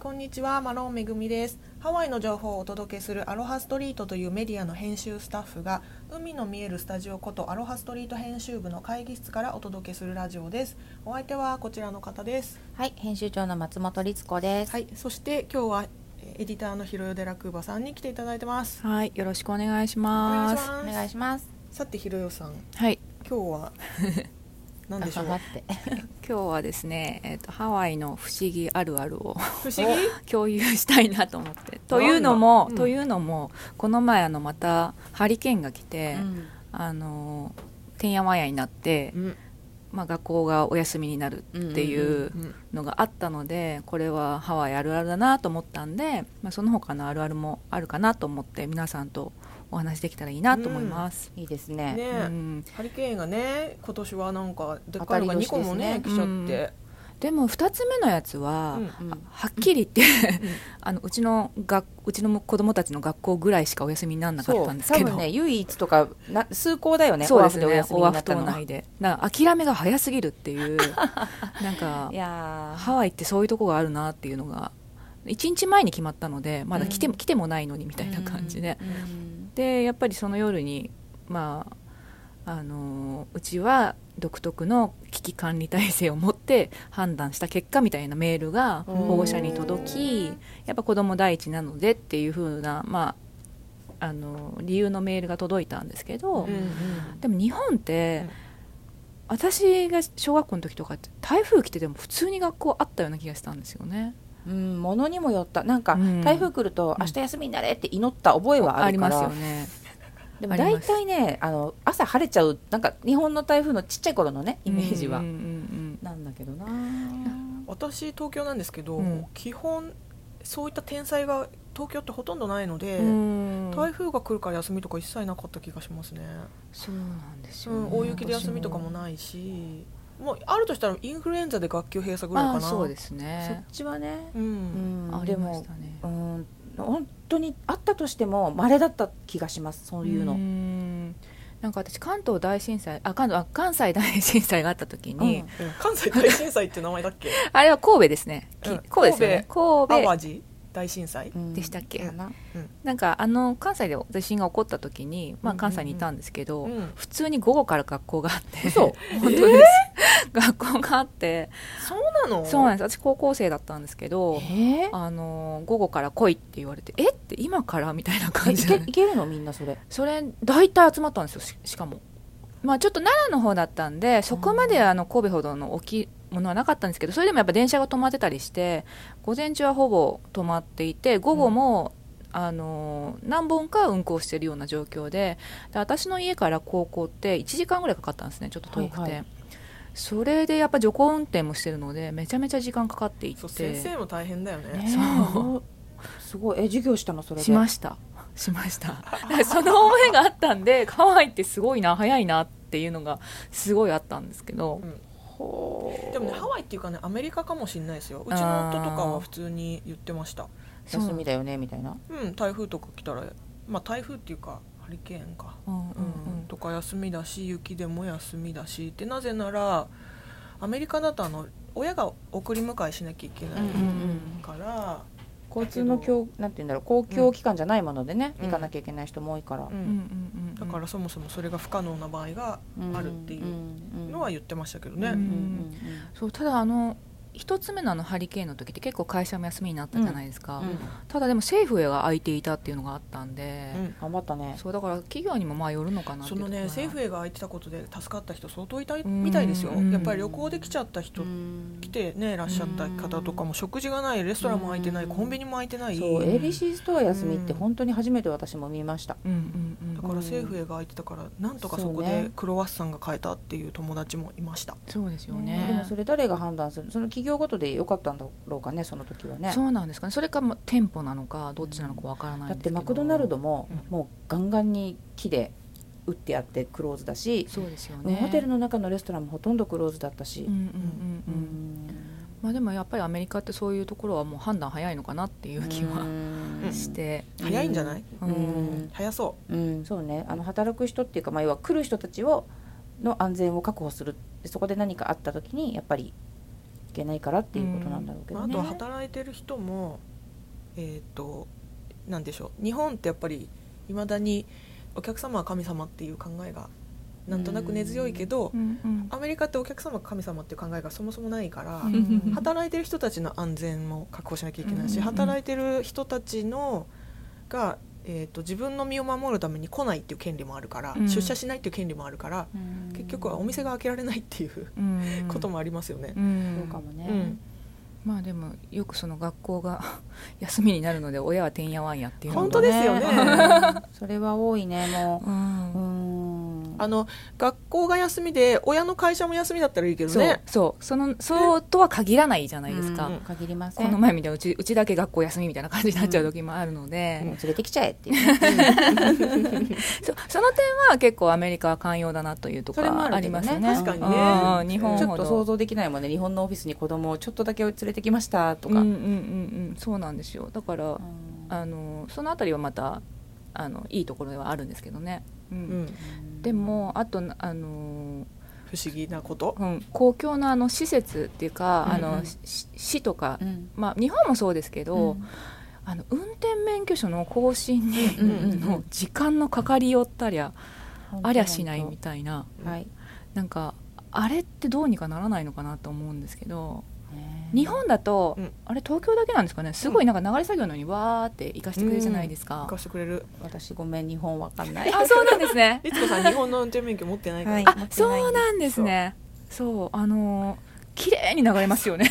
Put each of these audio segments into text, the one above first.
こんにちはマロンめぐみですハワイの情報をお届けするアロハストリートというメディアの編集スタッフが海の見えるスタジオことアロハストリート編集部の会議室からお届けするラジオですお相手はこちらの方ですはい、編集長の松本律子です。はいそして今日はえーエディターのヒロヨデラクーバさんに来ていただいてますはい、よろしくお願いしお願まいす。しおます願いします。さてヒロヨさんはい、今日 は何でしょうあ待って。今日はですね、えっ、とハワイの不思議あるあるを 不思議共有したいなと思って。というのも、うんというのもこの前あのまたハリケーンが来て、うんあのてんやわんやになって、うんまあ学校がお休みになるっていううんのがあったので、これはハワイあるあるだなと思ったんで、まあその他のあるあるもあるかなと思って皆さんとお話できたらいいなと思います。いいですね。ねうんハリケーンがね今年はなんかでっかいのが当たり年2個もねで来ちゃって、でも2つ目のやつは、うんうんあはっきり言って、あのうちのがうちの子供たちの学校ぐらいしかお休みにならなかったんです多けど分ね、唯一とか、な、数校だよね。そうですねオアフでお休みオにワなっフた島のは。内でなんか諦めが早すぎるっ ていうなんかいやハワイってそういうとこがあるなっていうのが1日前に決まったのでまだ来て,、うん来てもないのにみたいな感じでー、うんでやっぱりその夜にまああのーうちは独特の危機管理体制を持って判断した結果みたいなメールがうん保護者に届きやっぱ子ども第一なのでっていう風なまああのー理由のメールが届いたんですけど、うんうんでも日本って、うん私が小学校の時とかって台風来てても普通に学校あったような気がしたんですよね。うん、ものにもよった、なんか、うん台風来ると、うん明日休みになれって祈った覚えはああるりかますら。よね。でも、あり大ます体ね、あの、朝晴れちゃう、なんか、日本の台風のちっちゃい頃のね、イメージはうん。うんうんなんだけどな。私東京なんですけど、うん基本そういった天災が東京ってほとんどないので、うん台風が来るから休みとか一切なかった気がしますね、そうなんですうよね、ん、大雪で休みとかもないしもうあるとしたらインフルエンザで学級閉鎖ぐらいかな、あそうですすそっね。ちはね。うんうん、あでりまもし、たね。うん本当にあったとしても稀だった気がしますそういうの。んなんか私関東大震災あ関東あ関西大震災があった時に、うんうん関西大震災って名前だっ けあれは神戸ですね、きうん神戸ですよね神戸淡路大震災うんでしたっけ、かななんかあの関西で地震が起こった時に、まあ、関西にいたんですけど、うん普通に午後から学校があって嘘本当です、 学校があってそうなのそうなんんです私高校生だったんですけどえあの午後から来いって言われてえって今からみたいなえ感いじけでいけるのみんなそれ。それ大体集まったんですよししかもまあちょっと奈良の方だったんでそこまであの神戸ほどの大きいものはなかったんですけどそれでもやっぱ電車が止まってたりして午前中はほぼ止まっていて午後も、あのー何本か運行してるような状況でで私の家から高校って1時間ぐらいかかったんですねちょっと遠くて、はいはいそれでやっぱ徐行運転もしてるのでめちゃめちゃ時間かかっていってそう先生も大変だよねそうう。すごいえ授業したのそれで。しましたしました その思いがあったんでハワイってすごいな早いなっていうのがすごいあったんですけど、うんほうでもねハワイっていうかねアメリカかもしれないですようちの夫とかは普通に言ってました休みだよねみたいな。うん台風とか来たらまあ台風っていうかハリケーンか、うんうんうんうんとか休みだし雪でも休みだしってなぜならアメリカだとあの親が送り迎えしなきゃいけないうんから、交通の教なんて言うんだろう公共機関じゃないものでね、うん行かなきゃいけない人も多いからう。んうんうんうんだからそもそもそれが不可能な場合がうんあるっていうんのは言ってましたけどうんうんね、そうただあの一つ目のあのハリケーンの時って結構会社も休みになったじゃないですか、うんうんただでも政府へは空いていたっていうのがあったんで、うん頑張ったね。そうだから企業にもまあよるのかなってそいうのね政府へへが空いてたことで助かった人相当いたいうんみたいですよ、うんやっぱり旅行で来ちゃった人、うん来てねいらっしゃった方とかも食事がないレストランも空いてない、うんコンビニも空いてない、そうえ ABC ストア休みってうん本当に初めて私も見ました、うんうんうんだうかんら政府へが空いてたからなんとかそこそうでねクロワッサンが買えたっていう友達もいました、そうですよでもねそれ誰が判断するその企業ごとでよかったんだろうかねその時はねそうなんですかねそれかまあ店舗なのかどっちなのかわからなだいんでっすてけどマクドナルドもうんもうガンガンに木で打ってあってクローズだし、そうですよねホテルの中のレストランもほとんどクローズだったしうんうんうんうんまあでもやっぱりアメリカってそういうところはもう判断早いのかなっていう気ははして、うん早いんじゃない、ううんん、早そうんそうねあの働く人っていうか、まあ、要は来る人たちをの安全を確保するでそこで何かあった時にやっぱりけないからっていうことなんだろうけまあどあね。とは働いてる人もえっ、となんでしょう日本ってやっぱりいまだにお客様は神様っていう考えがなんとなく根強いけど、うんうんアメリカってお客様が神様っていう考えがそもそもないから、うん働いてる人たちの安全も確保しなきゃいけないし、うんうんうん働いてる人たちのが、えー、と自分の身を守るために来ないっていう権利もあるから、うん出社しないっていう権利もあるから結局はお店が開けられないっていううんこともありますよね。うそんうかもね。うんまあでもよくその学校が 休みになるので親はてんやわんやっていうのが本当ですよねうんそれは多いねもうんう。うん。あの学校が休みで親の会社も休みだったらいいけどそう、ねそうそのそうとは限らないじゃないですか、うん限りませこん。のも前みたいなうちうちだけ学校休みみたいな感じになっちゃう時もあるので、う連れてきちゃえって いうね。そその点は結構アメリカは寛容だなというところはありますよねそれもあるけどね確うんかうんにね日本ちょほっとど想像できないもんね日本のオフィスに子供をちょっとだけ連れてきましたとうんか、うんうんうんそうなんですよだから、うんあのそのあたりはまたあのいいところではあるんですけどね、うんうん、でもあとあの不思議なこと。うん公共のあの施設っていうか、あうんうのんしし市とか、うんまあ、日本もそうですけど、うんあの運転免許証の更新にうんうんの時間のかかりよったりゃありゃしないみ本たいな当はい、なんかあれってどうにかならないのかなと思うんですけどね日本だと、うんあれ東京だけなんですかねすごいなんか流れ作業のようにわーって行かしてくれるじゃないですか聞、かせてくれる。私ごめん日本わかんないあそうなんです ねいつこさん日本の運転免許持ってないから。はいあそうなんですねそうあのー綺麗に流れますよね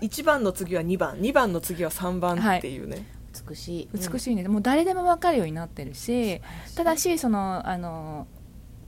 一番の次は二番、二番の次は三番っていうね。美しい美しいねもう誰でも分かるようになってるしただしそのあの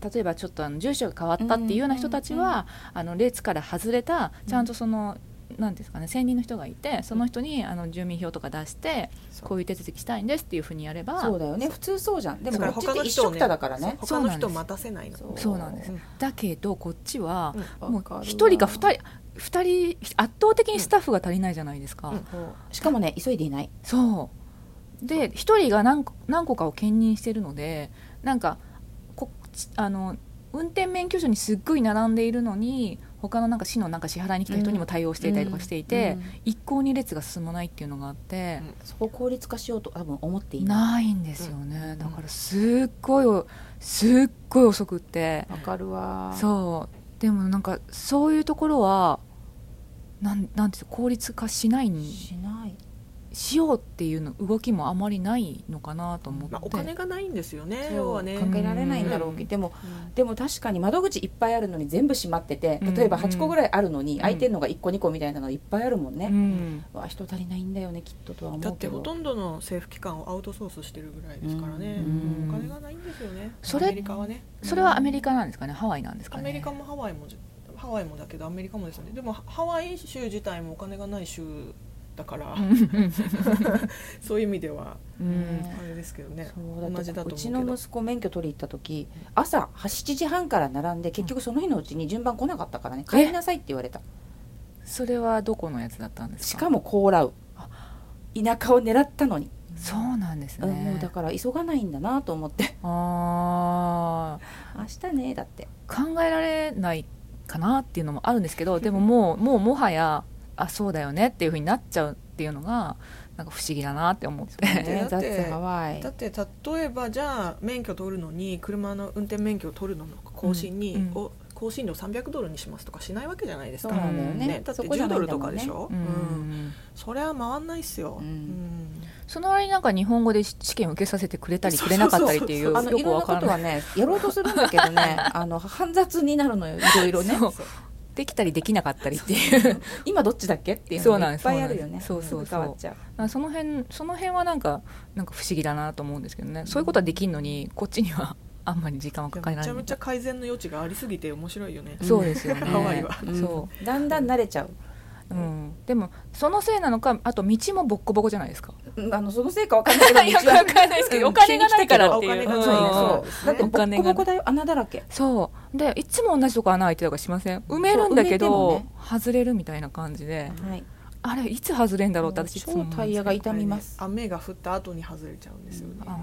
例えばちょっとあの住所が変わったっていうような人たちは、あの列から外れたちゃんとその、なんですかね専任の人がいてその人にあの住民票とか出してそうこういう手続きしたいんですっていうふうにやればそうだよね普通そうじゃんでだもからこっちって一を緒くねただからねそうそ他うのなんです人待たせないの。そうなんですうんだけどこっちは、うんもうわかるわ1人か2人二人圧倒的にスタッフが足りないじゃないですか、うんそうしかもね急いでいないそうで1人が何個何個かを兼任してるのでなんかこちあの運転免許証にすっごい並んでいるのに他のなんか市のなんか支払いに来た人にも対応していたりとかしていて、うんうん一向に列が進まないっていうのがあって、そこを効率化しようと多分思っていなないんですよね、だからすっごいおすっごい遅くっていわかるわそうでもなんかそういうところはなんなんていうの効率化しないにしないしようっていうの動きもあまりないのかなと思って、まあお金がないんですよね。そう要はね。かけられないんだろうけど、うんでもうんでも確かに窓口いっぱいあるのに全部閉まってて例えばうん8個ぐらいあるのにん空いてるのが1個2個みたいなのいっぱいあるもんうね、んわ人足りないんだよねきっととは思うけだどってほとんどの政府機関をアウトソースしてるぐらいですからねおう。ん金がないんですよね。それアメリカはね。それはアメリカなんですかねハワイなんですかアねメリカもハワイもじハワイもだけどアメリカもですよね。でもハワイ州自体もお金がない州だから、 そういう意味ではうんあれですけどねそうだって同じだとう思うちけのど息子免許取り行った時朝7時半から並んで結局その日のうちに順番来なかったからね帰りなさいって言われたそれはどこのやつだったんですしかかもコーラウ田舎を狙ったのに、そうなんですね、うんもうだから急がないんだなと思ってあー 明日ねだ って考えられないかなっていうのもあるんですけどでももうもうもはやあそうだよねっていうふうになっちゃうっていうのがなんか不思議だなって思って、ねだって That's Hawaii だって例えばじゃあ免許取るのに車の運転免許を取るのの更新に、うんうんお更新料300ドルにしますとかしないわけじゃないですそうか。なんだよねね、だってそこじゃ10なドいんルだともかんでねしょ、うんうんそれは回んないっすよ、うんその割になんか日本語で試験受けさせてくれたりくれなかったりっていそううあのよいくろんわなこからとなはいねやろうとするんだけど ねあの煩雑になるのよいろいろねそうできたりできなかったりっていう今どっちだっけっていうそうのながんいでっすぱいあるよねそうなんですそうそうそうすぐ変わっちゃうあ その辺その辺はなんかなんか不思議だなと思うんですけどねそういうことはできるのにこっちには あんまり時間はいかやかめらなちいゃめちゃ改善の余地がありすぎて面白いよね。そうですよねハワイはうんそだんだん慣れちゃうう、うん、でもそのせいなのかあと道もボッコボコじゃないですかうんあのそのせいかわかん ないけどよくわ かんないですけどうんお金がないからっていう急に来たけどうんお金がないそうんうだってボッコボコだよ穴だらけそうでいつも同じとこ穴開いてたりとかしません埋めるんだけそう埋ど、めても外れるみたいな感じではいあれいつ外れんだろうって私いつ超も思うんですタイヤが痛みます雨が降った後に外れちゃうんですよね。あ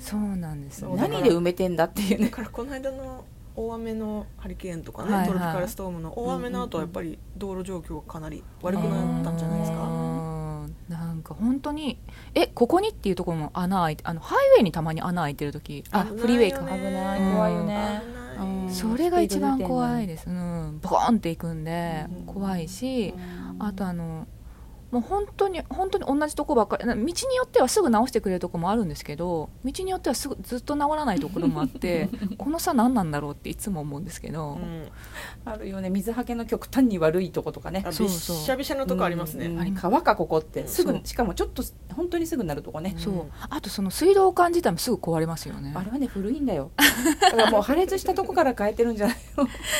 そうなんですそうねだから何で埋めてんだってい うだねからこの間の大雨のハリケーンとかね、はいはいトロピカルストームの大雨の後はやっぱり道路状況がかなり悪くなったんじゃないですうか。んなんか本当にえここにっていうところも穴開いてあのハイウェイにたまに穴開いてる時あ危ないよねフリーウェイ危かないうん怖いよ危ねないうんそれが一番怖いです、うん、ボーンっていくんでうん怖いしうんあとあのもう本当に本当に同じとこばっかりな道によってはすぐ直してくれるとこもあるんですけど道によってはすぐずっと直らないところもあって この差何なんだろうっていつも思うんですけど、うんあるよね水はけの極端に悪いとことかねあびそうっそうしゃびしゃのとこありますね。うんあります川かここってすそぐうしかもちょっと本当にすぐなるとこね、そううんあとその水道管自体もすぐ壊れますよねあれはね古いん だよだからもう破裂したとこから変えてるんじゃない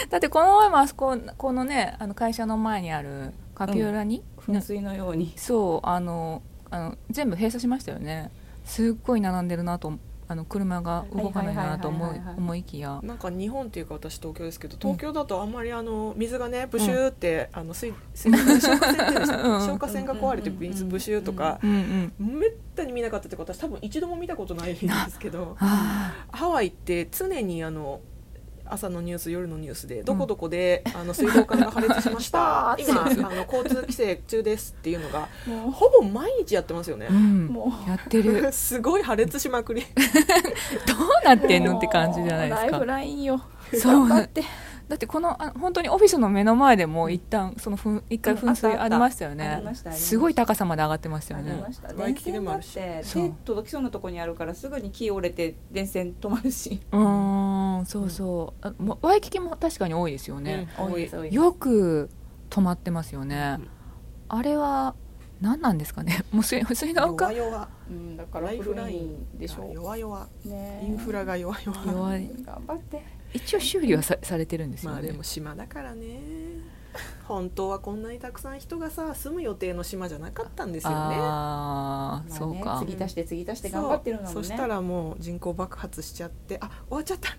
だってこの前もあそここのねあの会社の前にあるカピオラに、噴水のようにそうあのあの全部閉鎖しましたよねすっごい並んでるなとあの車が動かないなと思はいはいいはいはいはい思いきやなんか日本っていうか私東京ですけど東京だとあんまりあの水がねブシューって、あの水水消火栓っていうんでしたっけうん消火栓が壊れてうん水ブシューとかうんうんめったに見なかったっていうか私多分一度も見たことないんですけどあハワイって常にあの朝のニュース夜のニュースでどこどこで、あの水道管が破裂しました今あの交通規制中ですっていうのがもほぼ毎日やってますよね ーう。んもうやっ てるすごい破裂しまくりどうなってんのって感じじゃないもうですライフかラインよそ頑う張ってだってこのあ本当にオフィスの目の前でも一旦そのふん一回うんあったあ噴水ったありましたよあねりましたありましたすごい高さまで上がってましたあよりねましたワイ電キキで線もあだっるしてそう手届きそうなとこにあるからすぐに木折れて電線止まるしうーんそうそうあもうワイキキも確かに多いですよね、うん多い多いよく止まってますよね、うんあれは何なんですかねも う水水道弱管々うんだからライフラ古イいンんでしょ弱々うねインフラが弱々弱い頑張って一応修理はさされてるんですよまあね、でも島だからね本当はこんなにたくさん人がさ住む予定の島じゃなかったんですよねああ、まあそうねか次足して次足して頑張ってるんだもんそうねそしたらもう人口爆発しちゃってあ終わっちゃった